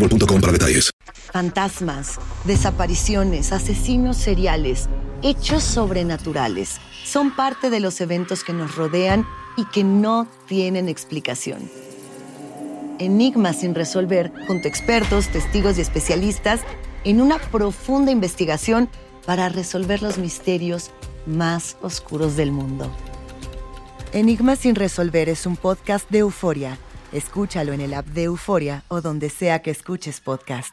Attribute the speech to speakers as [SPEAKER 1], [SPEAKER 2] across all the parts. [SPEAKER 1] mobile.com para detalles.
[SPEAKER 2] Fantasmas, desapariciones, asesinos seriales, hechos sobrenaturales son parte de los eventos que nos rodean y que no tienen explicación. Enigmas sin resolver, junto a expertos, testigos y especialistas, en una profunda investigación para resolver los misterios más oscuros del mundo. Enigmas sin resolver es un podcast de euforia. Escúchalo en el app de Euforia o donde sea que escuches podcasts.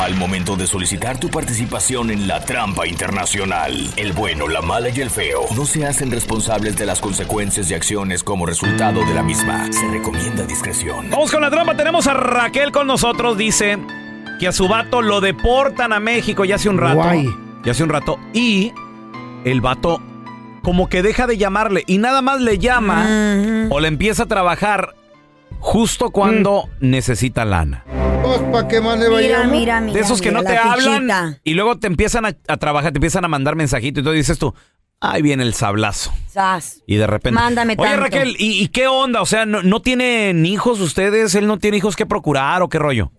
[SPEAKER 3] Al momento de solicitar tu participación en la trampa internacional, el bueno, la mala y el feo no se hacen responsables de las consecuencias y acciones como resultado de la misma. Se recomienda discreción.
[SPEAKER 4] Vamos con la trampa, tenemos a Raquel con nosotros, dice que a su vato lo deportan a México ya hace un rato.
[SPEAKER 5] Guay.
[SPEAKER 4] Ya hace un rato. Y el vato como que deja de llamarle y nada más le llama o le empieza a trabajar justo cuando necesita lana.
[SPEAKER 5] ¿Para Pues, qué más le
[SPEAKER 6] Mira, mira, mira.
[SPEAKER 4] De esos que
[SPEAKER 6] mira,
[SPEAKER 4] no
[SPEAKER 6] la
[SPEAKER 4] te hablan
[SPEAKER 6] fichita.
[SPEAKER 4] y luego te empiezan a, a trabajar, te empiezan a mandar mensajito y tú dices tú, ahí viene el sablazo.
[SPEAKER 6] Sas.
[SPEAKER 4] Y de repente...
[SPEAKER 6] Mándame
[SPEAKER 4] Oye
[SPEAKER 6] tanto.
[SPEAKER 4] Raquel, ¿y, y qué onda? O sea, ¿no, ¿no tienen hijos ustedes? ¿Él no tiene hijos que procurar o qué rollo?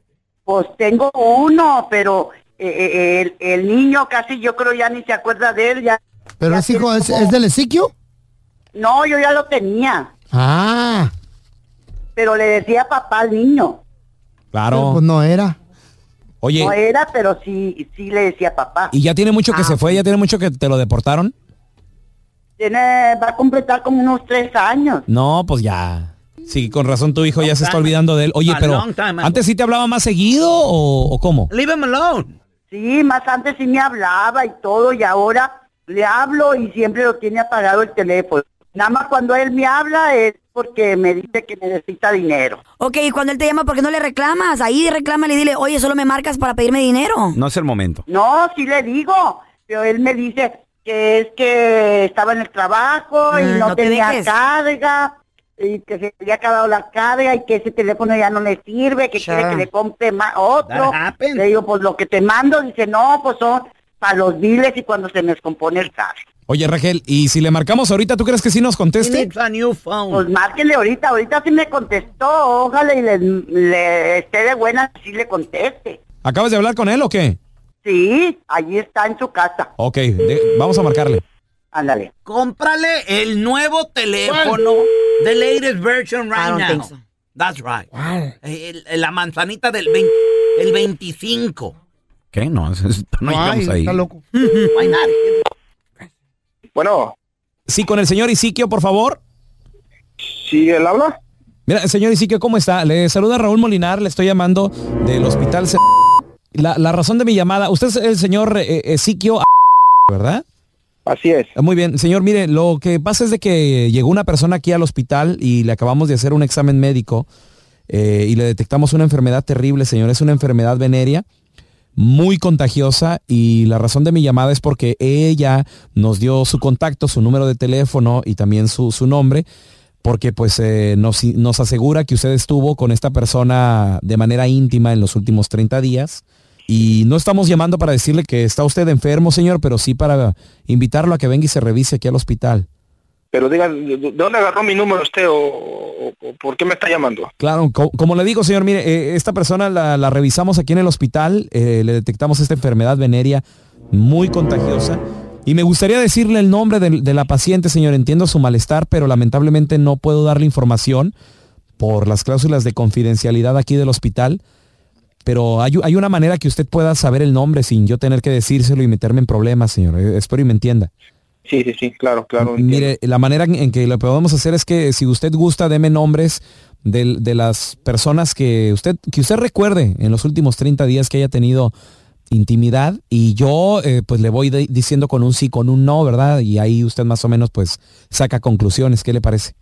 [SPEAKER 7] Pues tengo uno, pero eh, eh, el, el niño casi yo creo ya ni se acuerda de él. Ya,
[SPEAKER 8] ¿Pero
[SPEAKER 7] ya
[SPEAKER 8] es hijo,
[SPEAKER 7] tiene
[SPEAKER 8] es,
[SPEAKER 7] como-
[SPEAKER 8] es del Ezequiel?
[SPEAKER 7] No, yo ya lo tenía,
[SPEAKER 8] Ah,
[SPEAKER 7] pero le decía papá al niño.
[SPEAKER 8] pues no era.
[SPEAKER 7] No era, pero sí, sí le decía papá. Ah,
[SPEAKER 9] ¿Y ya tiene mucho que se fue? ¿Ya tiene mucho que te lo deportaron?
[SPEAKER 7] Tiene, va a completar como unos tres años.
[SPEAKER 9] No, pues ya. Sí, con razón tu hijo ya se está olvidando de él. Oye,
[SPEAKER 4] A
[SPEAKER 9] pero
[SPEAKER 4] long time ago.
[SPEAKER 9] antes sí te hablaba más seguido o, o cómo?
[SPEAKER 4] Leave him alone.
[SPEAKER 7] Sí, más antes sí me hablaba y todo, y ahora le hablo y siempre lo tiene apagado el teléfono. Nada más cuando él me habla es porque me dice que necesita dinero.
[SPEAKER 6] Ok, y cuando él te llama, ¿por qué no le reclamas? Ahí reclámale y dile, oye, solo me marcas para pedirme dinero.
[SPEAKER 4] No es el momento.
[SPEAKER 7] No, sí le digo, pero él me dice que es que estaba en el trabajo y
[SPEAKER 6] Mm,
[SPEAKER 7] no,
[SPEAKER 6] no te
[SPEAKER 7] tenía
[SPEAKER 6] dejes.
[SPEAKER 7] carga y que se había acabado la carga y que ese teléfono ya no le sirve, que
[SPEAKER 6] Sure.
[SPEAKER 7] quiere que le compre ma- otro.
[SPEAKER 4] That happened.
[SPEAKER 7] Le digo, pues lo que te mando, dice, no, pues son para los biles y cuando se me descompone el carro.
[SPEAKER 9] Oye, Raquel, ¿y si le marcamos ahorita, tú crees que sí nos conteste?
[SPEAKER 7] Pues márquenle ahorita, ahorita sí me contestó, ojalá y le, le esté de buena si le conteste.
[SPEAKER 9] ¿Acabas de hablar con él o qué?
[SPEAKER 7] Sí, allí está en su casa.
[SPEAKER 9] Ok, de- vamos a marcarle.
[SPEAKER 7] Ándale.
[SPEAKER 4] Cómprale el nuevo teléfono, the latest version
[SPEAKER 6] I don't think so.
[SPEAKER 4] That's right. El- el- la manzanita del 20 el 25. ¿Qué? No, no
[SPEAKER 5] Ay,
[SPEAKER 4] llegamos ahí.
[SPEAKER 5] está loco.
[SPEAKER 10] Bueno,
[SPEAKER 9] Sí, con el señor Isiquio, por favor.
[SPEAKER 10] ¿sí él habla?
[SPEAKER 9] Mira, señor Isiquio, ¿cómo está? Le saluda Raúl Molinar, le estoy llamando del hospital... C-
[SPEAKER 4] La, la razón de mi llamada, usted es el señor eh, Ezequiel, ¿verdad? Ah,
[SPEAKER 10] Así es.
[SPEAKER 4] Muy bien, señor, mire, lo que pasa es de que llegó una persona aquí al hospital y le acabamos de hacer un examen médico eh, y le detectamos una enfermedad terrible, señor. Es una enfermedad venérea muy contagiosa y la razón de mi llamada es porque ella nos dio su contacto, su número de teléfono y también su, su nombre, porque pues eh, nos, nos asegura que usted estuvo con esta persona de manera íntima en los últimos 30 días. Y no estamos llamando para decirle que está usted enfermo, señor, pero sí para invitarlo a que venga y se revise aquí al hospital.
[SPEAKER 10] Pero diga, ¿de de dónde agarró mi número usted o, o- o por qué me está llamando?
[SPEAKER 4] Claro, co- como le digo, señor, mire, eh, esta persona la, la revisamos aquí en el hospital, eh, le detectamos esta enfermedad venérea muy contagiosa. Y me gustaría decirle el nombre del- de, la paciente, señor, entiendo su malestar, pero lamentablemente no puedo darle información por las cláusulas de confidencialidad aquí del hospital. Pero hay, hay una manera que usted pueda saber el nombre sin yo tener que decírselo y meterme en problemas, señor. Eh, espero y me entienda.
[SPEAKER 10] Sí, sí, sí, claro, claro.
[SPEAKER 4] Mire, la manera en- en que lo podemos hacer es que si usted gusta, deme nombres del- de, las personas que usted, que usted recuerde en los últimos 30 días que haya tenido intimidad y yo eh, pues le voy de- diciendo con un sí, con un no, ¿verdad? Y ahí usted más o menos pues saca conclusiones, ¿qué le parece?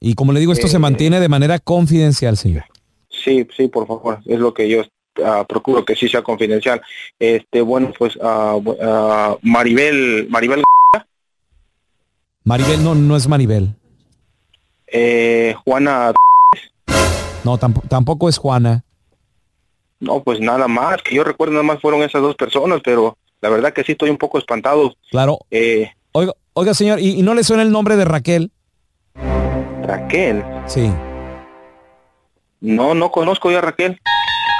[SPEAKER 4] Y como le digo, esto se
[SPEAKER 10] Eh,
[SPEAKER 4] mantiene de manera confidencial, señor.
[SPEAKER 10] Sí, sí, por favor, es lo que yo ah, procuro que sí sea confidencial. Este, bueno, pues ah, bu- ah, Maribel, Maribel,
[SPEAKER 4] Maribel no, no es Maribel.
[SPEAKER 10] eh, Juana,
[SPEAKER 4] No, tampo- tampoco es Juana.
[SPEAKER 10] no, pues nada más, que yo recuerdo nada más fueron esas dos personas, pero la verdad que sí estoy un poco espantado.
[SPEAKER 4] Claro.
[SPEAKER 10] Eh,
[SPEAKER 4] Oiga, oiga señor, ¿y, y no le suena el nombre de Raquel?
[SPEAKER 10] Raquel,
[SPEAKER 4] Sí.
[SPEAKER 10] no, no conozco yo a Raquel.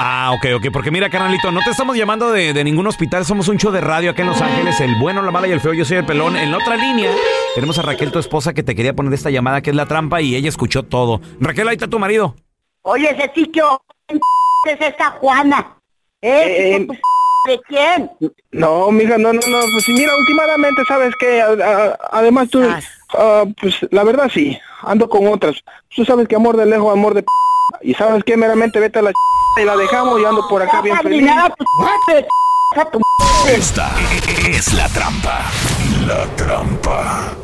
[SPEAKER 2] Ah, ok, ok, porque mira, carnalito, no te estamos llamando de, de ningún hospital, somos un show de radio acá en Los Ángeles, el bueno, la mala y el feo, yo soy el pelón. En la otra línea tenemos a Raquel, tu esposa, que te quería poner esta llamada que es la trampa y ella escuchó todo. Raquel, ahí está tu marido.
[SPEAKER 11] Oye, ese sitio es esta Juana.
[SPEAKER 10] Eh,
[SPEAKER 11] ¿Eh? hijo de tu ¿De quién?
[SPEAKER 10] No, mija, no, no, no. Pues mira, últimamente, ¿sabes qué? A- a- además tú, ah, pues la verdad sí, ando con otras. Tú sabes que amor de lejos, amor de p Y sabes qué, meramente vete a la y la dejamos y ando por acá bien feliz.
[SPEAKER 11] pues,
[SPEAKER 3] Esta es la trampa. La trampa.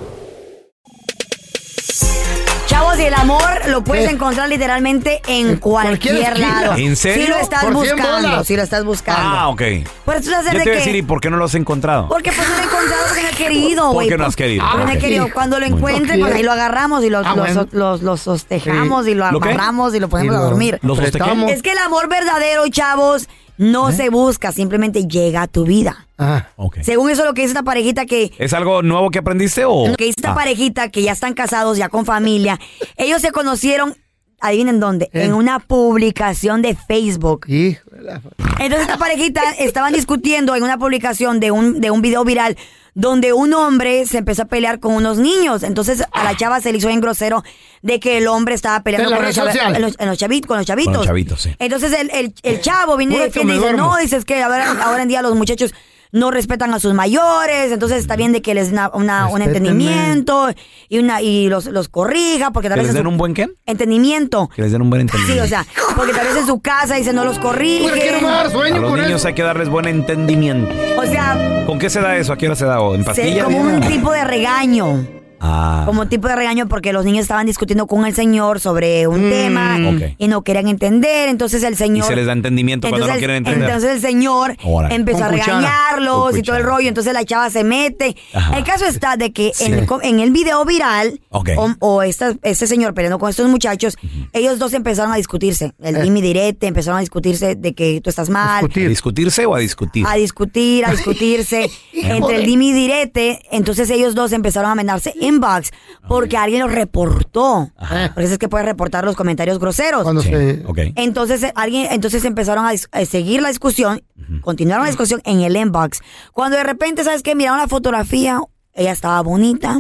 [SPEAKER 6] Chavos, y el amor lo puedes encontrar literalmente en cualquier,
[SPEAKER 2] Eh. esquina.
[SPEAKER 6] lado.
[SPEAKER 2] ¿En serio?
[SPEAKER 6] Si lo estás
[SPEAKER 2] ¿Por cien
[SPEAKER 6] buscando,
[SPEAKER 2] bolas?
[SPEAKER 6] si lo estás buscando.
[SPEAKER 2] Ah, ok.
[SPEAKER 6] Pues tú sabes
[SPEAKER 2] Yo
[SPEAKER 6] de
[SPEAKER 2] te iba a
[SPEAKER 6] qué.
[SPEAKER 2] decir, ¿y por qué no lo has encontrado?
[SPEAKER 6] Porque pues no lo he encontrado porque no he querido, güey.
[SPEAKER 2] Porque no has querido,
[SPEAKER 6] Porque no he
[SPEAKER 2] ok.
[SPEAKER 6] querido. Cuando lo
[SPEAKER 2] Muy bien.
[SPEAKER 6] encuentre, pues ahí lo agarramos y lo,
[SPEAKER 2] Ah,
[SPEAKER 6] lo
[SPEAKER 2] bueno.
[SPEAKER 6] so- lo- lo sostejamos
[SPEAKER 2] Sí.
[SPEAKER 6] y lo
[SPEAKER 2] ¿Lo qué?
[SPEAKER 6] amarramos y lo ponemos
[SPEAKER 2] Y
[SPEAKER 6] a
[SPEAKER 2] lo-
[SPEAKER 6] dormir.
[SPEAKER 2] ¿lo ¿Eh? sostejamos?
[SPEAKER 6] Es que el amor verdadero, chavos, no se busca, simplemente llega a tu vida.
[SPEAKER 2] Ah, ok.
[SPEAKER 6] Según eso lo que dice esta parejita que
[SPEAKER 2] ¿Es algo nuevo que aprendiste o...?
[SPEAKER 6] lo que hizo esta
[SPEAKER 2] Ah.
[SPEAKER 6] parejita, que ya están casados, ya con familia, ellos se conocieron, adivinen dónde,
[SPEAKER 12] ¿Eh?
[SPEAKER 6] en una publicación de Facebook. Entonces esta parejita estaban discutiendo en una publicación de un, de un video viral donde un hombre se empezó a pelear con unos niños. Entonces a la chava se le hizo en grosero de que el hombre estaba peleando
[SPEAKER 12] En la
[SPEAKER 6] con, los
[SPEAKER 12] red
[SPEAKER 6] chava-
[SPEAKER 12] social.
[SPEAKER 6] en los- en los chavi- con los chavitos.
[SPEAKER 12] Con los chavitos, sí.
[SPEAKER 6] Entonces el, el- el chavo viene y
[SPEAKER 12] Muerto
[SPEAKER 6] defiende y
[SPEAKER 12] me
[SPEAKER 6] dice,
[SPEAKER 12] duermo.
[SPEAKER 6] no, dices que ahora, ahora en día los muchachos no respetan a sus mayores, entonces está bien de que les una, una- un
[SPEAKER 2] Respétenme.
[SPEAKER 6] entendimiento y una y los, los corrija, porque
[SPEAKER 2] ¿Que
[SPEAKER 6] tal vez
[SPEAKER 2] les
[SPEAKER 6] en
[SPEAKER 2] den
[SPEAKER 6] su-
[SPEAKER 2] un buen qué?
[SPEAKER 6] entendimiento.
[SPEAKER 2] Que les den un buen
[SPEAKER 6] Sí,
[SPEAKER 2] entendimiento.
[SPEAKER 6] o sea, porque tal vez en su casa dice no los corrige.
[SPEAKER 2] a los niños hay que darles buen entendimiento.
[SPEAKER 6] O sea,
[SPEAKER 2] ¿Con qué se da eso? ¿A qué hora se da? ¿O ¿En
[SPEAKER 6] se-
[SPEAKER 2] pastillas?
[SPEAKER 6] como un tipo de regaño.
[SPEAKER 2] Ah.
[SPEAKER 6] Como tipo de regaño porque los niños estaban discutiendo con el señor sobre un tema
[SPEAKER 2] Mm, Ok.
[SPEAKER 6] y no querían entender, entonces el
[SPEAKER 2] Y
[SPEAKER 6] señor
[SPEAKER 2] se les da entendimiento cuando no
[SPEAKER 6] Entonces,
[SPEAKER 2] quieren entender.
[SPEAKER 6] entonces el señor
[SPEAKER 2] Órale.
[SPEAKER 6] empezó a
[SPEAKER 2] Con cuchara.
[SPEAKER 6] regañarlos
[SPEAKER 2] Con
[SPEAKER 6] y todo el rollo. Entonces la chava se mete.
[SPEAKER 2] Ajá.
[SPEAKER 6] El caso está de que
[SPEAKER 2] Sí.
[SPEAKER 6] en, el, co- en el video viral
[SPEAKER 2] Ok.
[SPEAKER 6] o, o esta- este señor peleando con estos muchachos, ellos dos empezaron a discutirse. El
[SPEAKER 2] Eh.
[SPEAKER 6] dime y direte, empezaron a discutirse de que tú estás mal.
[SPEAKER 2] ¿A discutirse o a discutir?
[SPEAKER 6] A discutir, a discutirse entre el dime y direte. Entonces ellos dos empezaron a mandarse inbox porque alguien los reportó. Por eso es que puedes reportar los comentarios groseros. Entonces eh, alguien, entonces empezaron a, dis- a seguir la discusión, continuaron la discusión en el inbox. Cuando de repente, ¿sabes qué? Miraron la fotografía, ella estaba bonita,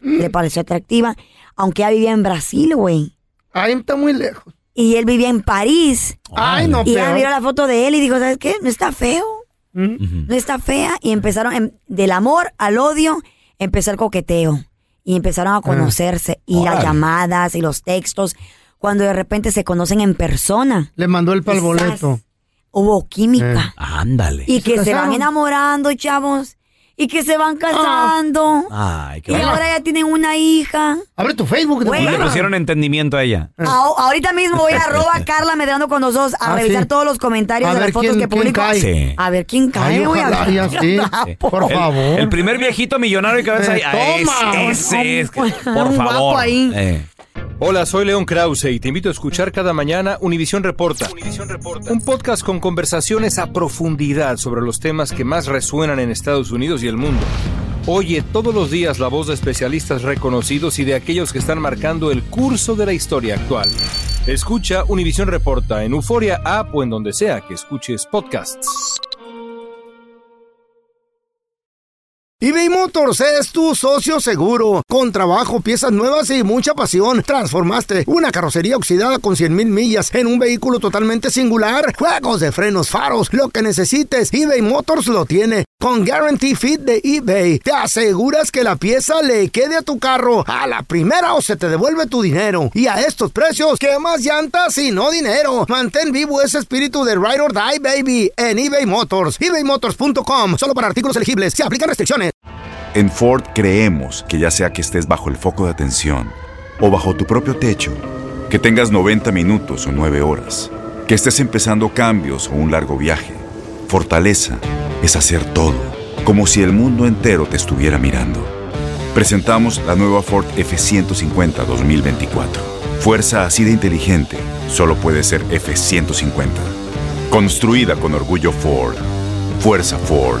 [SPEAKER 6] le pareció atractiva, aunque ella vivía en Brasil, güey. Ahí está muy lejos. Y él vivía en París.
[SPEAKER 5] Ay, no,
[SPEAKER 6] Y ella
[SPEAKER 5] peor.
[SPEAKER 6] miró la foto de él y dijo, ¿sabes qué? No está feo, no está fea. Y empezaron em, del amor al odio, empezó el coqueteo. Y empezaron a conocerse. Y las
[SPEAKER 5] Órale.
[SPEAKER 6] llamadas y los textos. Cuando de repente se conocen en persona.
[SPEAKER 5] Le mandó el pal boleto.
[SPEAKER 6] hubo química.
[SPEAKER 4] Ándale.
[SPEAKER 6] Y que se van
[SPEAKER 4] casaron. Ah.
[SPEAKER 6] enamorando, chavos. Y que se van casando.
[SPEAKER 4] Ay, qué
[SPEAKER 6] y
[SPEAKER 4] bueno.
[SPEAKER 6] ahora ya tienen una hija.
[SPEAKER 5] Abre tu Facebook.
[SPEAKER 4] Y le pusieron entendimiento a ella.
[SPEAKER 6] ahorita mismo voy a arroba Carla Medrano con nosotros a
[SPEAKER 4] Ah,
[SPEAKER 6] revisar
[SPEAKER 4] sí.
[SPEAKER 6] todos los comentarios
[SPEAKER 4] A
[SPEAKER 6] de las
[SPEAKER 4] ver
[SPEAKER 6] fotos
[SPEAKER 4] quién-
[SPEAKER 6] que
[SPEAKER 4] quién
[SPEAKER 6] publico.
[SPEAKER 4] cae. Sí.
[SPEAKER 6] A ver quién cae, güey. a ver quién anda, po.
[SPEAKER 4] El- El, primer viejito millonario que ves ahí.
[SPEAKER 6] Eh,
[SPEAKER 4] ah, es-
[SPEAKER 6] toma.
[SPEAKER 4] ese es,
[SPEAKER 6] Un
[SPEAKER 4] por
[SPEAKER 6] guapo
[SPEAKER 4] favor.
[SPEAKER 6] ahí.
[SPEAKER 4] Eh.
[SPEAKER 13] Hola, soy León Krause y te invito a escuchar cada mañana Univisión Reporta. Un podcast con conversaciones a profundidad sobre los temas que más resuenan en Estados Unidos y el mundo. Oye todos los días la voz de especialistas reconocidos y de aquellos que están marcando el curso de la historia actual. Escucha Univisión Reporta en Euforia App o en donde sea que escuches podcasts.
[SPEAKER 5] Eh. eBay Motors es tu socio seguro. Con trabajo, piezas nuevas y mucha pasión, transformaste una carrocería oxidada con 100 mil millas en un vehículo totalmente singular. Juegos de frenos, faros, lo que necesites, eBay Motors lo tiene. Con Guarantee Fit de eBay, te aseguras que la pieza le quede a tu carro a la primera o se te devuelve tu dinero. Y a estos precios, ¿qué más llantas y no dinero? Mantén vivo ese espíritu de Ride or Die, baby, en eBay Motors. ebaymotors.com, solo para artículos elegibles. Se aplican restricciones.
[SPEAKER 14] En Ford creemos que ya sea que estés bajo el foco de atención o bajo tu propio techo, que tengas 90 minutos o 9 horas, que estés empezando cambios o un largo viaje, fortaleza es hacer todo, como si el mundo entero te estuviera mirando. Presentamos la nueva Ford F150 2024. Fuerza así de inteligente solo puede ser F150. Construida con orgullo Ford. Fuerza Ford.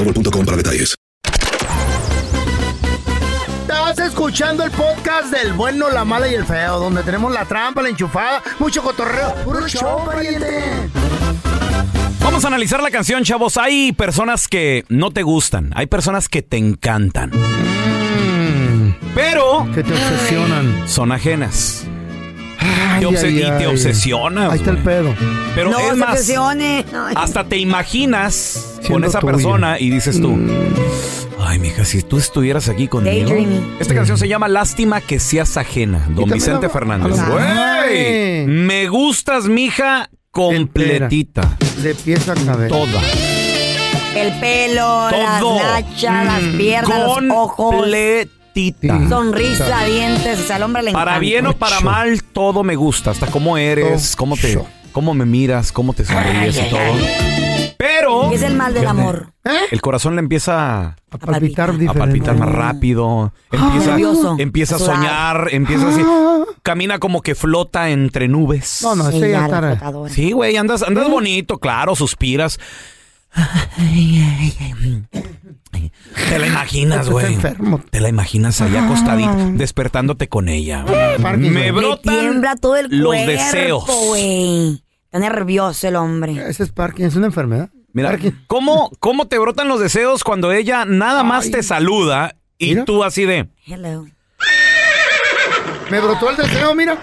[SPEAKER 1] para detalles.
[SPEAKER 5] Estás escuchando el podcast del bueno, la mala y el feo, donde tenemos la trampa, la enchufada, mucho cotorreo. ¡Puro show, pariente!
[SPEAKER 4] Vamos a analizar la canción, chavos. Hay personas que no te gustan, hay personas que te encantan. Pero.
[SPEAKER 5] Mm. Que te obsesionan.
[SPEAKER 4] Son ajenas.
[SPEAKER 5] Ay,
[SPEAKER 4] Te obse-
[SPEAKER 5] ay,
[SPEAKER 4] y te
[SPEAKER 5] ay.
[SPEAKER 4] obsesionas.
[SPEAKER 5] Ahí está el
[SPEAKER 4] güey.
[SPEAKER 5] pedo.
[SPEAKER 4] Pero
[SPEAKER 6] no
[SPEAKER 4] es
[SPEAKER 6] se
[SPEAKER 4] más,
[SPEAKER 6] presione. Ay.
[SPEAKER 4] hasta te imaginas con
[SPEAKER 5] Siendo Mm.
[SPEAKER 4] esa
[SPEAKER 5] tuya.
[SPEAKER 4] persona y dices tú, ay, mija, si tú estuvieras aquí conmigo.
[SPEAKER 5] Daydreaming.
[SPEAKER 4] Esta canción se llama Lástima que seas ajena, don
[SPEAKER 5] también
[SPEAKER 4] Vicente
[SPEAKER 5] habla-
[SPEAKER 4] Fernández.
[SPEAKER 5] habla-
[SPEAKER 4] Güey, me gustas, mija, completita.
[SPEAKER 5] De pieza a cabeza.
[SPEAKER 4] Toda.
[SPEAKER 6] El pelo,
[SPEAKER 4] Todo. Mm,
[SPEAKER 6] las nachas, las piernas, los ojos.
[SPEAKER 4] Completita.
[SPEAKER 6] Sonrisa, dientes. O sea, al hombre le
[SPEAKER 4] Para
[SPEAKER 6] encanta.
[SPEAKER 4] bien o para mal, todo me gusta. Hasta cómo eres, cómo te, cómo me miras, cómo te sonríes y todo. Pero.
[SPEAKER 6] Es el mal del amor.
[SPEAKER 4] El corazón le empieza a
[SPEAKER 5] palpitar, Ah.
[SPEAKER 4] a palpitar más rápido. Empieza,
[SPEAKER 6] nervioso,
[SPEAKER 4] empieza a
[SPEAKER 6] a sudar.
[SPEAKER 4] soñar, empieza así. Camina como que flota entre nubes.
[SPEAKER 5] No, no,
[SPEAKER 6] Sí,
[SPEAKER 5] este ya
[SPEAKER 6] ya la
[SPEAKER 5] está.
[SPEAKER 6] flotadora.
[SPEAKER 4] Sí, güey, andas, andas bonito, claro, suspiras. Te la imaginas, güey. Te la imaginas
[SPEAKER 5] Ah.
[SPEAKER 4] allá acostadita, despertándote con ella. Me brotan
[SPEAKER 6] Le tiembla todo el
[SPEAKER 4] los
[SPEAKER 6] cuerpo,
[SPEAKER 4] deseos.
[SPEAKER 6] güey. Está nervioso el hombre.
[SPEAKER 5] Ese es Parkinson, es una enfermedad.
[SPEAKER 4] Mira, ¿cómo, ¿cómo te brotan los deseos cuando ella nada más te saluda y tú así de...
[SPEAKER 6] Hello.
[SPEAKER 5] Me brotó el deseo, mira.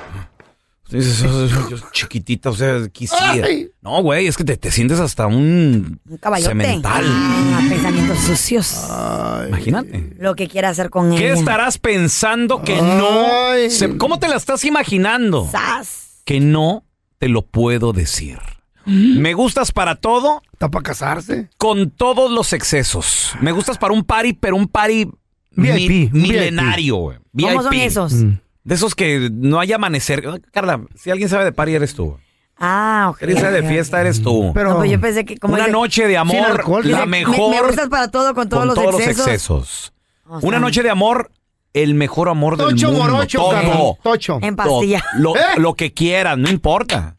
[SPEAKER 4] dices, "Oh, yo chiquitita, o sea, quisiera.
[SPEAKER 5] Ay.
[SPEAKER 4] No, güey, es que te, te sientes hasta un,
[SPEAKER 6] Caballote.
[SPEAKER 4] cemental.
[SPEAKER 6] Ah, pensamientos sucios.
[SPEAKER 4] Ah. Imagínate.
[SPEAKER 6] Lo que quiera hacer con
[SPEAKER 4] ¿Qué
[SPEAKER 6] ella.
[SPEAKER 4] estarás pensando que no? se- ¿Cómo te la estás imaginando?
[SPEAKER 6] Sas.
[SPEAKER 4] Que no te lo puedo decir. Me gustas para todo,
[SPEAKER 5] Está para casarse.
[SPEAKER 4] con todos los excesos. Me gustas para un party, pero un party mi-
[SPEAKER 5] VIP, un
[SPEAKER 4] milenario, güey.
[SPEAKER 6] ¿Cómo son
[SPEAKER 4] VIP.
[SPEAKER 6] esos?
[SPEAKER 5] Mm.
[SPEAKER 4] De esos que no hay amanecer. Carla, si alguien sabe de party, eres tú.
[SPEAKER 6] Ah, ok.
[SPEAKER 4] Si alguien sabe de fiesta, eres tú.
[SPEAKER 6] No, pues yo pensé que como
[SPEAKER 4] Una
[SPEAKER 6] dice-
[SPEAKER 4] noche de amor,
[SPEAKER 6] Sin alcohol,
[SPEAKER 4] la
[SPEAKER 6] dice, me-
[SPEAKER 4] mejor
[SPEAKER 6] Me, gustas para todo con todos,
[SPEAKER 4] con
[SPEAKER 6] los,
[SPEAKER 4] todos los
[SPEAKER 6] excesos.
[SPEAKER 4] excesos.
[SPEAKER 6] O sea,
[SPEAKER 4] Una noche de amor, el mejor amor del
[SPEAKER 5] Tocho
[SPEAKER 4] mundo.
[SPEAKER 5] morocho,
[SPEAKER 4] todo.
[SPEAKER 5] carnal, tocho. ¿Eh?
[SPEAKER 6] En pastilla.
[SPEAKER 4] Lo, lo- lo que quieran, no
[SPEAKER 6] Oh.
[SPEAKER 4] importa.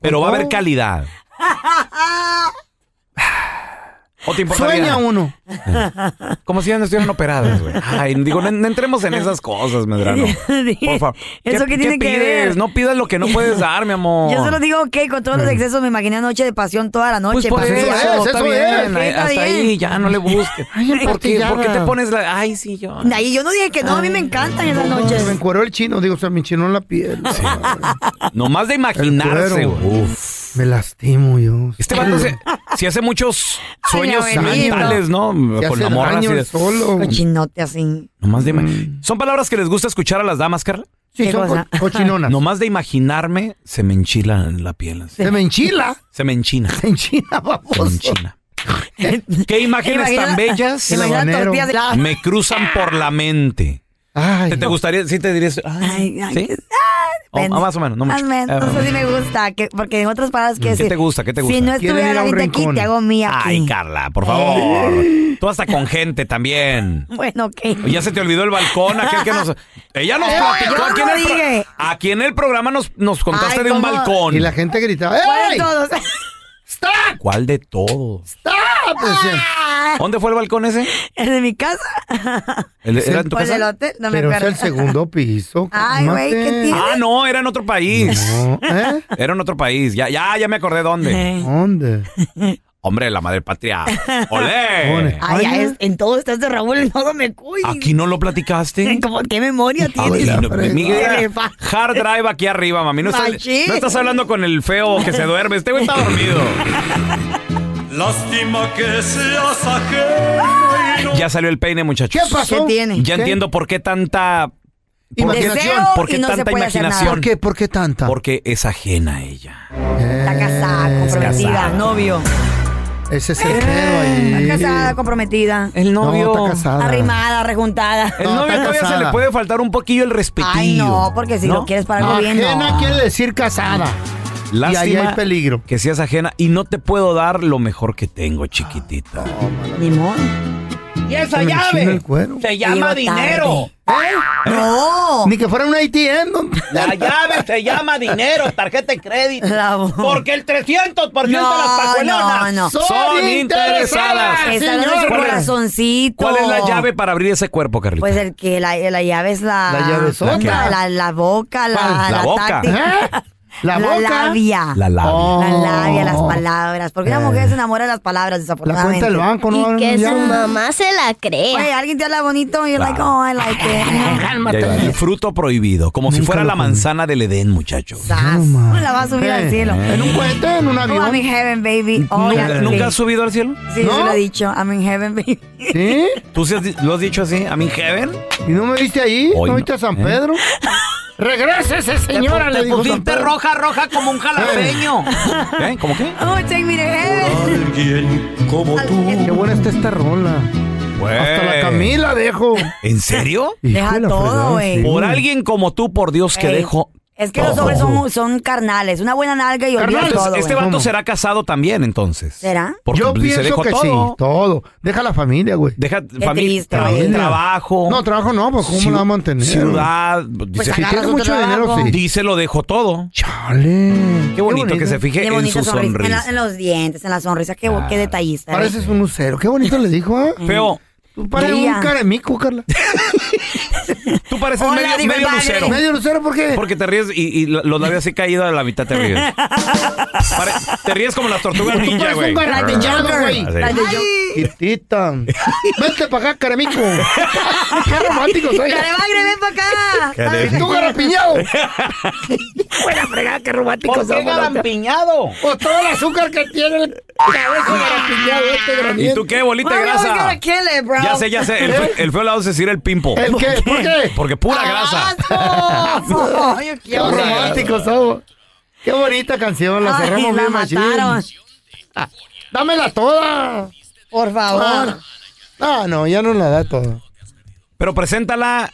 [SPEAKER 4] Pero va a haber calidad. ¿O te importaría?
[SPEAKER 5] Sueña uno.
[SPEAKER 4] Como si ya no estuvieran operadas, güey. Ay, digo, no, no entremos en esas cosas, Medrano. Por favor.
[SPEAKER 6] ¿Eso qué tiene que ver?
[SPEAKER 4] pides? No pidas lo que no puedes dar, mi amor.
[SPEAKER 6] Yo solo digo, ok, con todos los excesos me imaginé anoche de pasión toda la
[SPEAKER 4] Pues
[SPEAKER 6] noche.
[SPEAKER 4] por
[SPEAKER 6] pasión
[SPEAKER 4] eso,
[SPEAKER 6] toda la noche.
[SPEAKER 4] está bien.
[SPEAKER 6] Ok, está
[SPEAKER 4] Hasta
[SPEAKER 6] bien.
[SPEAKER 4] ahí, ya no le busques.
[SPEAKER 6] Ay,
[SPEAKER 4] ¿Por qué,
[SPEAKER 6] empartilladas.
[SPEAKER 4] por qué te pones la...? Ay, sí, yo...
[SPEAKER 6] Ahí yo no dije que no, a mí me encantan esas
[SPEAKER 5] Se me
[SPEAKER 6] noches.
[SPEAKER 5] encueró el chino, digo, se me enchinó la piel.
[SPEAKER 4] Nomás de imaginarse,
[SPEAKER 5] cuero.
[SPEAKER 4] güey.
[SPEAKER 5] Me lastimo yo.
[SPEAKER 4] Este vato se, si hace muchos sueños
[SPEAKER 6] Ay, abuelito.
[SPEAKER 4] mentales, ¿no? Con la morra así de-
[SPEAKER 6] Cochinote así.
[SPEAKER 4] Nomás de ima- ¿Son palabras que les gusta escuchar a las damas, Carla?
[SPEAKER 6] Mm. Sí, ¿Qué son co- cosa? cochinonas.
[SPEAKER 4] Nomás de imaginarme, se me enchila la piel. así.
[SPEAKER 5] Se me enchila.
[SPEAKER 4] Se me enchina. Se
[SPEAKER 5] enchina, baboso.
[SPEAKER 4] me enchina. ¿Qué imágenes
[SPEAKER 6] Imagina-
[SPEAKER 4] tan bellas
[SPEAKER 6] imagina Habanero. tortillas de la-
[SPEAKER 4] me cruzan por la mente? ¿Te, te gustaría? Sí, te dirías. Ay,
[SPEAKER 6] Ay, ay,
[SPEAKER 4] ¿sí?
[SPEAKER 6] qué-
[SPEAKER 4] O- o más o menos, no mucho.
[SPEAKER 6] Más o menos,
[SPEAKER 4] Ah,
[SPEAKER 6] eso sí me gusta, que- porque en otras palabras
[SPEAKER 4] ¿Qué
[SPEAKER 6] que
[SPEAKER 4] te gusta? ¿Qué te gusta?
[SPEAKER 6] Si no
[SPEAKER 4] Quiero
[SPEAKER 6] estuviera
[SPEAKER 4] ir a
[SPEAKER 6] la
[SPEAKER 4] un
[SPEAKER 6] gente aquí,
[SPEAKER 4] rincón.
[SPEAKER 6] te hago mía aquí.
[SPEAKER 4] Ay, Carla, por favor. Tú hasta con gente también.
[SPEAKER 6] Bueno, ok.
[SPEAKER 4] Ya se te olvidó el balcón, aquel que nos... Ella nos
[SPEAKER 6] Eh,
[SPEAKER 4] platicó
[SPEAKER 6] yo
[SPEAKER 4] aquí,
[SPEAKER 6] no
[SPEAKER 4] en el pro-
[SPEAKER 6] dije.
[SPEAKER 4] aquí en el programa nos, nos contaste
[SPEAKER 6] Ay,
[SPEAKER 4] de un
[SPEAKER 6] ¿cómo?
[SPEAKER 4] balcón.
[SPEAKER 5] Y la gente gritaba, "Eh".
[SPEAKER 6] ¿Cuál de
[SPEAKER 5] ¡Ey!
[SPEAKER 6] todos?
[SPEAKER 4] ¿Cuál de todos?
[SPEAKER 5] ¡Ah! Pues, eh,
[SPEAKER 4] ¿Dónde fue el balcón ese?
[SPEAKER 6] Ah. ¿El de mi casa?
[SPEAKER 4] ¿El- ¿Era en tu
[SPEAKER 6] ¿O el
[SPEAKER 4] casa?
[SPEAKER 6] del hotel? No me
[SPEAKER 5] pero es
[SPEAKER 6] acuerdo.
[SPEAKER 5] el segundo piso.
[SPEAKER 6] Ay, güey, ¿qué
[SPEAKER 5] cálmate.
[SPEAKER 6] tiene?
[SPEAKER 4] Ah, no, era en otro país.
[SPEAKER 5] ¿eh?
[SPEAKER 4] Era en otro país. Ya, ya, ya me acordé dónde.
[SPEAKER 5] ¿Dónde?
[SPEAKER 4] Hombre, la madre patria. ¡Olé!
[SPEAKER 6] Ay, ya es- en todo estás de Raúl, en todo me cuy.
[SPEAKER 4] ¿Aquí no lo platicaste?
[SPEAKER 6] Como, ¿Qué memoria
[SPEAKER 4] Ay,
[SPEAKER 6] tienes?
[SPEAKER 4] no, Miguel,
[SPEAKER 6] Elefante.
[SPEAKER 4] hard drive aquí arriba, mami. No estás,
[SPEAKER 6] Machín.
[SPEAKER 4] no estás hablando con el feo que se duerme. Este güey está dormido.
[SPEAKER 15] Lástima que seas ajeno. y no-
[SPEAKER 4] Ya salió el peine, muchachos.
[SPEAKER 15] ¿Qué pasó? ¿Qué tiene?
[SPEAKER 4] Ya
[SPEAKER 15] ¿Qué?
[SPEAKER 4] entiendo por qué tanta... ¿Por qué-
[SPEAKER 6] Imaginación.
[SPEAKER 4] ¿Por qué
[SPEAKER 6] Y no se
[SPEAKER 4] tanta
[SPEAKER 6] puede hacer nada.
[SPEAKER 4] imaginación?
[SPEAKER 6] ¿Por
[SPEAKER 5] qué? ¿Por qué tanta?
[SPEAKER 4] Porque es ajena a ella.
[SPEAKER 6] Está casada, comprometida,
[SPEAKER 4] casada.
[SPEAKER 6] novio. Eh,
[SPEAKER 5] Ese es el pedo ahí.
[SPEAKER 6] Está casada, comprometida.
[SPEAKER 4] El
[SPEAKER 5] novio. No, está casada.
[SPEAKER 6] Arrimada, rejuntada.
[SPEAKER 4] El novio todavía se le puede faltar un poquillo el respetillo. Ah,
[SPEAKER 6] Ay, no, porque si lo quieres para algo bien,
[SPEAKER 5] Ajena
[SPEAKER 6] no.
[SPEAKER 5] quiere decir casada.
[SPEAKER 4] Lástima
[SPEAKER 5] Y ahí hay peligro.
[SPEAKER 4] Que seas ajena y no te puedo dar lo mejor que tengo, chiquitita.
[SPEAKER 5] Y
[SPEAKER 6] esa
[SPEAKER 4] llave se llama dinero.
[SPEAKER 6] No.
[SPEAKER 5] ¿Eh? Ni que fuera un ATM. don-
[SPEAKER 4] La llave se llama dinero, tarjeta de crédito. Porque el 300%
[SPEAKER 6] No, no, no.
[SPEAKER 4] son, interesadas.
[SPEAKER 6] Esa no es su
[SPEAKER 4] ¿Cuál es-
[SPEAKER 6] corazoncito.
[SPEAKER 4] ¿Cuál es la llave para abrir ese cuerpo, Carlita?
[SPEAKER 6] Pues el que la, la llave es la.
[SPEAKER 4] La llave es otra.
[SPEAKER 6] La, la, la boca, la,
[SPEAKER 4] ¿Cuál? La
[SPEAKER 6] la
[SPEAKER 4] boca.
[SPEAKER 6] táctica.
[SPEAKER 5] ¿Eh? La boca.
[SPEAKER 6] labia.
[SPEAKER 4] La labia.
[SPEAKER 6] La
[SPEAKER 5] Oh.
[SPEAKER 6] labia, las palabras. Porque una mujer se enamora de las palabras, desafortunadamente.
[SPEAKER 5] del banco, ¿no? Y que Ya. su mamá
[SPEAKER 6] se la cree. Oye, alguien te habla bonito y you're like, oh, I like
[SPEAKER 4] Ya
[SPEAKER 6] it.
[SPEAKER 4] iba. El fruto prohibido, como si fuera la manzana del Edén, muchachos.
[SPEAKER 6] ¿Cómo la va a subir al cielo?
[SPEAKER 4] Eh. ¿En un
[SPEAKER 5] puente? ¿En un avión?
[SPEAKER 6] I'm in heaven, baby. Oh,
[SPEAKER 4] ¿Nunca,
[SPEAKER 6] yeah,
[SPEAKER 4] nunca
[SPEAKER 6] baby.
[SPEAKER 4] has subido al cielo?
[SPEAKER 6] Sí, se lo he dicho. I'm in heaven, baby.
[SPEAKER 5] ¿Sí?
[SPEAKER 4] ¿Tú sí has di- lo has dicho así? ¿A mi heaven?
[SPEAKER 5] ¿Y no me viste ahí?
[SPEAKER 4] Hoy
[SPEAKER 5] ¿No
[SPEAKER 4] no.
[SPEAKER 5] viste a San
[SPEAKER 4] ¿Eh?
[SPEAKER 5] Pedro? ¡Regrésese, señora!
[SPEAKER 4] Te pu-
[SPEAKER 5] le
[SPEAKER 4] te
[SPEAKER 5] dijo San
[SPEAKER 4] pusiste
[SPEAKER 5] Pedro.
[SPEAKER 4] roja, roja como un jalapeño. ¿Eh? ¿Cómo qué?
[SPEAKER 6] Oh, take me to heaven.
[SPEAKER 5] como tú. Qué buena está esta rola. Hasta la Camila dejo.
[SPEAKER 4] Eh. ¿En serio?
[SPEAKER 6] Deja
[SPEAKER 5] Hijo de la
[SPEAKER 6] todo,
[SPEAKER 5] fregada,
[SPEAKER 6] güey.
[SPEAKER 5] sí.
[SPEAKER 4] Por alguien como tú, por Dios, que
[SPEAKER 6] Ey,
[SPEAKER 4] dejo.
[SPEAKER 6] Es que los hombres son, son carnales. Una buena nalga y olvida
[SPEAKER 4] Entonces,
[SPEAKER 6] todo.
[SPEAKER 4] este
[SPEAKER 6] güey.
[SPEAKER 4] vato será casado también, entonces.
[SPEAKER 6] ¿Será?
[SPEAKER 4] Porque
[SPEAKER 5] Yo
[SPEAKER 4] se
[SPEAKER 5] pienso
[SPEAKER 4] dejó
[SPEAKER 5] que
[SPEAKER 4] todo.
[SPEAKER 5] sí, todo. Deja la familia, güey.
[SPEAKER 4] Deja familia,
[SPEAKER 6] triste,
[SPEAKER 4] tra-
[SPEAKER 6] güey.
[SPEAKER 4] trabajo.
[SPEAKER 5] No, trabajo no, pues ¿cómo
[SPEAKER 4] ciu-
[SPEAKER 5] la va a mantener?
[SPEAKER 4] Ciudad.
[SPEAKER 6] Pues
[SPEAKER 4] dice,
[SPEAKER 5] si tiene mucho dinero, sí.
[SPEAKER 4] Dice, lo dejo todo.
[SPEAKER 5] Chale.
[SPEAKER 4] Qué bonito, que se fije
[SPEAKER 6] Qué
[SPEAKER 4] en
[SPEAKER 6] bonita
[SPEAKER 4] su
[SPEAKER 6] sonrisa. En, la-
[SPEAKER 4] sonrisa. Ah.
[SPEAKER 6] en los dientes, en la sonrisa. Qué, qué detallista. ¿eh?
[SPEAKER 5] Pareces un lucero. Qué bonito le dijo, ¿ah?
[SPEAKER 4] Feo.
[SPEAKER 5] Tú pareces
[SPEAKER 6] Brilla.
[SPEAKER 5] un caremico, Carla.
[SPEAKER 4] Tú pareces
[SPEAKER 6] Hola,
[SPEAKER 4] medio,
[SPEAKER 6] digo,
[SPEAKER 4] medio
[SPEAKER 6] padre.
[SPEAKER 4] lucero.
[SPEAKER 5] Medio lucero, ¿por qué?
[SPEAKER 4] Porque te ríes y, y la- los labios así caídos a la mitad te ríes. Pare- te ríes como las tortugas
[SPEAKER 5] Tú
[SPEAKER 4] ninja,
[SPEAKER 5] pareces
[SPEAKER 4] güey.
[SPEAKER 5] un barranquillado, güey.
[SPEAKER 4] Así.
[SPEAKER 6] La de yo-
[SPEAKER 5] Quitita. Vete para acá, caremico. Qué romántico soy.
[SPEAKER 6] Carevagre, ven para acá.
[SPEAKER 5] Tú, garapiñado.
[SPEAKER 6] Buena fregada, qué romántico
[SPEAKER 4] ¿Por qué
[SPEAKER 6] somos, loco.
[SPEAKER 4] galampiñado?
[SPEAKER 5] Por todo el azúcar que tiene el cabeza garapiñado este
[SPEAKER 4] ¿Y
[SPEAKER 5] grande.
[SPEAKER 4] tú qué, bolita de
[SPEAKER 6] Bro, we're
[SPEAKER 4] grasa?
[SPEAKER 6] gonna kill it, bro.
[SPEAKER 4] Ya sé, ya sé. El, fe- el feo le va a decir el pimpo.
[SPEAKER 5] ¿Eh? ¿El qué? ¿Por qué?
[SPEAKER 4] Porque pura grasa.
[SPEAKER 6] ¡Asco! Ay, yo
[SPEAKER 5] Qué
[SPEAKER 6] quiero-
[SPEAKER 5] romántico somos. Qué bonita canción. La
[SPEAKER 6] Ay,
[SPEAKER 5] cerramos
[SPEAKER 6] la
[SPEAKER 5] bien, machín.
[SPEAKER 6] mataron.
[SPEAKER 5] Ah, Dámela toda.
[SPEAKER 6] Por favor.
[SPEAKER 5] Ah, no, ya no la da toda.
[SPEAKER 4] Pero preséntala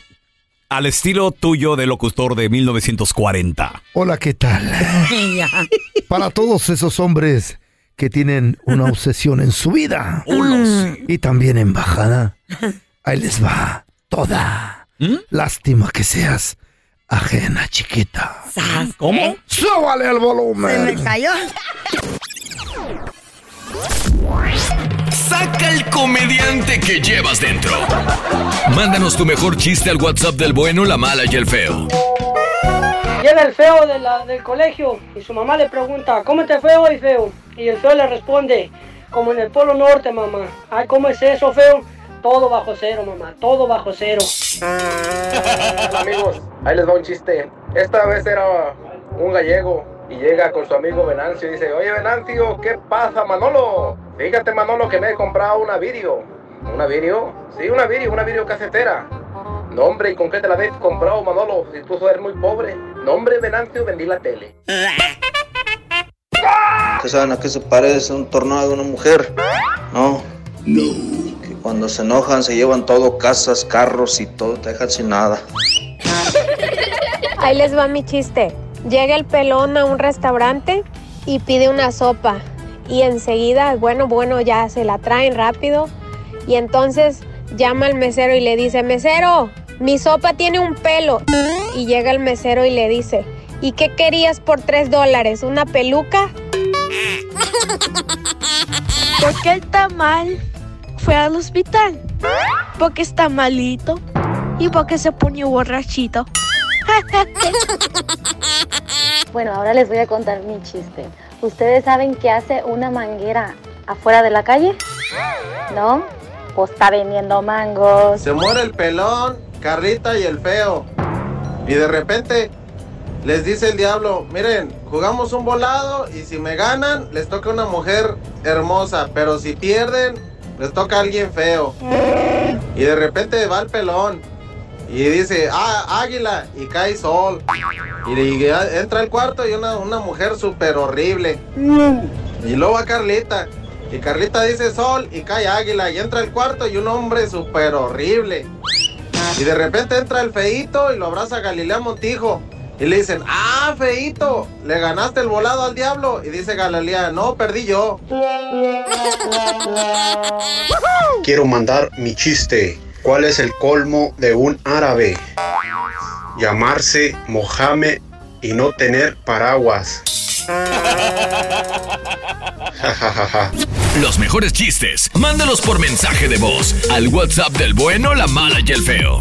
[SPEAKER 4] al estilo tuyo de locutor de 1940.
[SPEAKER 5] Hola, ¿qué tal?
[SPEAKER 6] Ay, ya.
[SPEAKER 5] Para todos esos hombres que tienen una obsesión en su vida y también en bajada, ahí les va toda. Lástima que seas ajena, chiquita.
[SPEAKER 6] Sas,
[SPEAKER 4] ¿Cómo?
[SPEAKER 6] ¿eh?
[SPEAKER 5] ¡Súbale al
[SPEAKER 6] Se me
[SPEAKER 5] volumen!
[SPEAKER 6] cayó.
[SPEAKER 3] Saca el comediante que llevas dentro. Mándanos tu mejor chiste al WhatsApp del bueno, la mala y el feo.
[SPEAKER 16] Llega el feo de la- del colegio y su mamá le pregunta, ¿cómo te fue hoy, feo? Y el feo le responde, como en el Polo Norte, mamá. Ay, ¿cómo es eso, feo? Todo bajo cero, mamá, todo bajo cero.
[SPEAKER 17] Amigos, ahí les va un chiste. Esta vez era un gallego y llega con su amigo Venancio y dice, oye Venancio, ¿qué pasa Manolo? Fíjate Manolo que me he comprado una virio. ¿Una virio? Sí, una virio, una virio casetera. No hombre, ¿y con qué te la habéis comprado Manolo? Si tú eres muy pobre. No hombre, Venancio, vendí la tele.
[SPEAKER 18] ¿Qué saben a qué se parece un tornado de una mujer? No. No. Que cuando se enojan se llevan todo, casas, carros y todo, te dejan sin nada.
[SPEAKER 12] Ahí les va mi chiste. Llega el pelón a un restaurante y pide una sopa. Y enseguida, bueno, bueno, ya se la traen rápido. Y entonces llama al mesero y le dice, mesero, mi sopa tiene un pelo. Y llega el mesero y le dice, ¿y qué querías por tres dólares? ¿Una peluca?
[SPEAKER 19] Porque el tamal fue al hospital. Porque está malito. Y porque se pone borrachito.
[SPEAKER 20] Bueno, ahora les voy a contar mi chiste. ¿Ustedes saben qué hace una manguera afuera de la calle? ¿No? Pues está vendiendo mangos.
[SPEAKER 17] Se muere el pelón, Carlita y el feo. Y de repente les dice el diablo, miren, jugamos un volado y si me ganan, les toca una mujer hermosa, pero si pierden, les toca alguien feo. Y de repente va el pelón y dice, ah, águila, y cae sol. Y, y entra al cuarto y una, una mujer súper horrible.
[SPEAKER 5] Mm.
[SPEAKER 17] Y luego va Carlita. Y Carlita dice sol y cae águila. Y entra al cuarto y un hombre súper horrible. Y de repente entra el feito y lo abraza Galilea Montijo. Y le dicen, ah, feito, le ganaste el volado al diablo. Y dice Galilea, no, perdí yo.
[SPEAKER 21] Quiero mandar mi chiste. ¿Cuál es el colmo de un árabe? Llamarse Mohamed y no tener paraguas.
[SPEAKER 3] Los mejores chistes, mándalos por mensaje de voz al WhatsApp del bueno, la mala y el feo.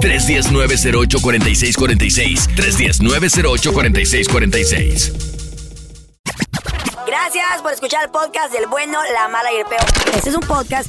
[SPEAKER 3] 319-08-4646. 319-08-4646.
[SPEAKER 6] Gracias por escuchar el podcast del bueno, la mala y el peor. Este es un podcast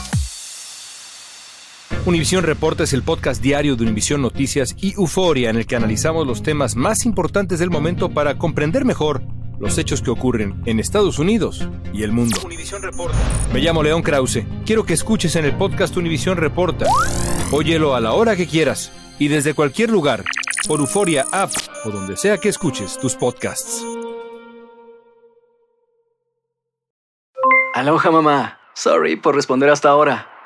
[SPEAKER 13] Univisión Reporta es el podcast diario de Univisión Noticias y Euforia en el que analizamos los temas más importantes del momento para comprender mejor los hechos que ocurren en Estados Unidos y el mundo. Me llamo León Krause. Quiero que escuches en el podcast Univisión Reporta. Óyelo a la hora que quieras y desde cualquier lugar, por Euforia App o donde sea que escuches tus podcasts.
[SPEAKER 22] Aloha mamá. Sorry por responder hasta ahora.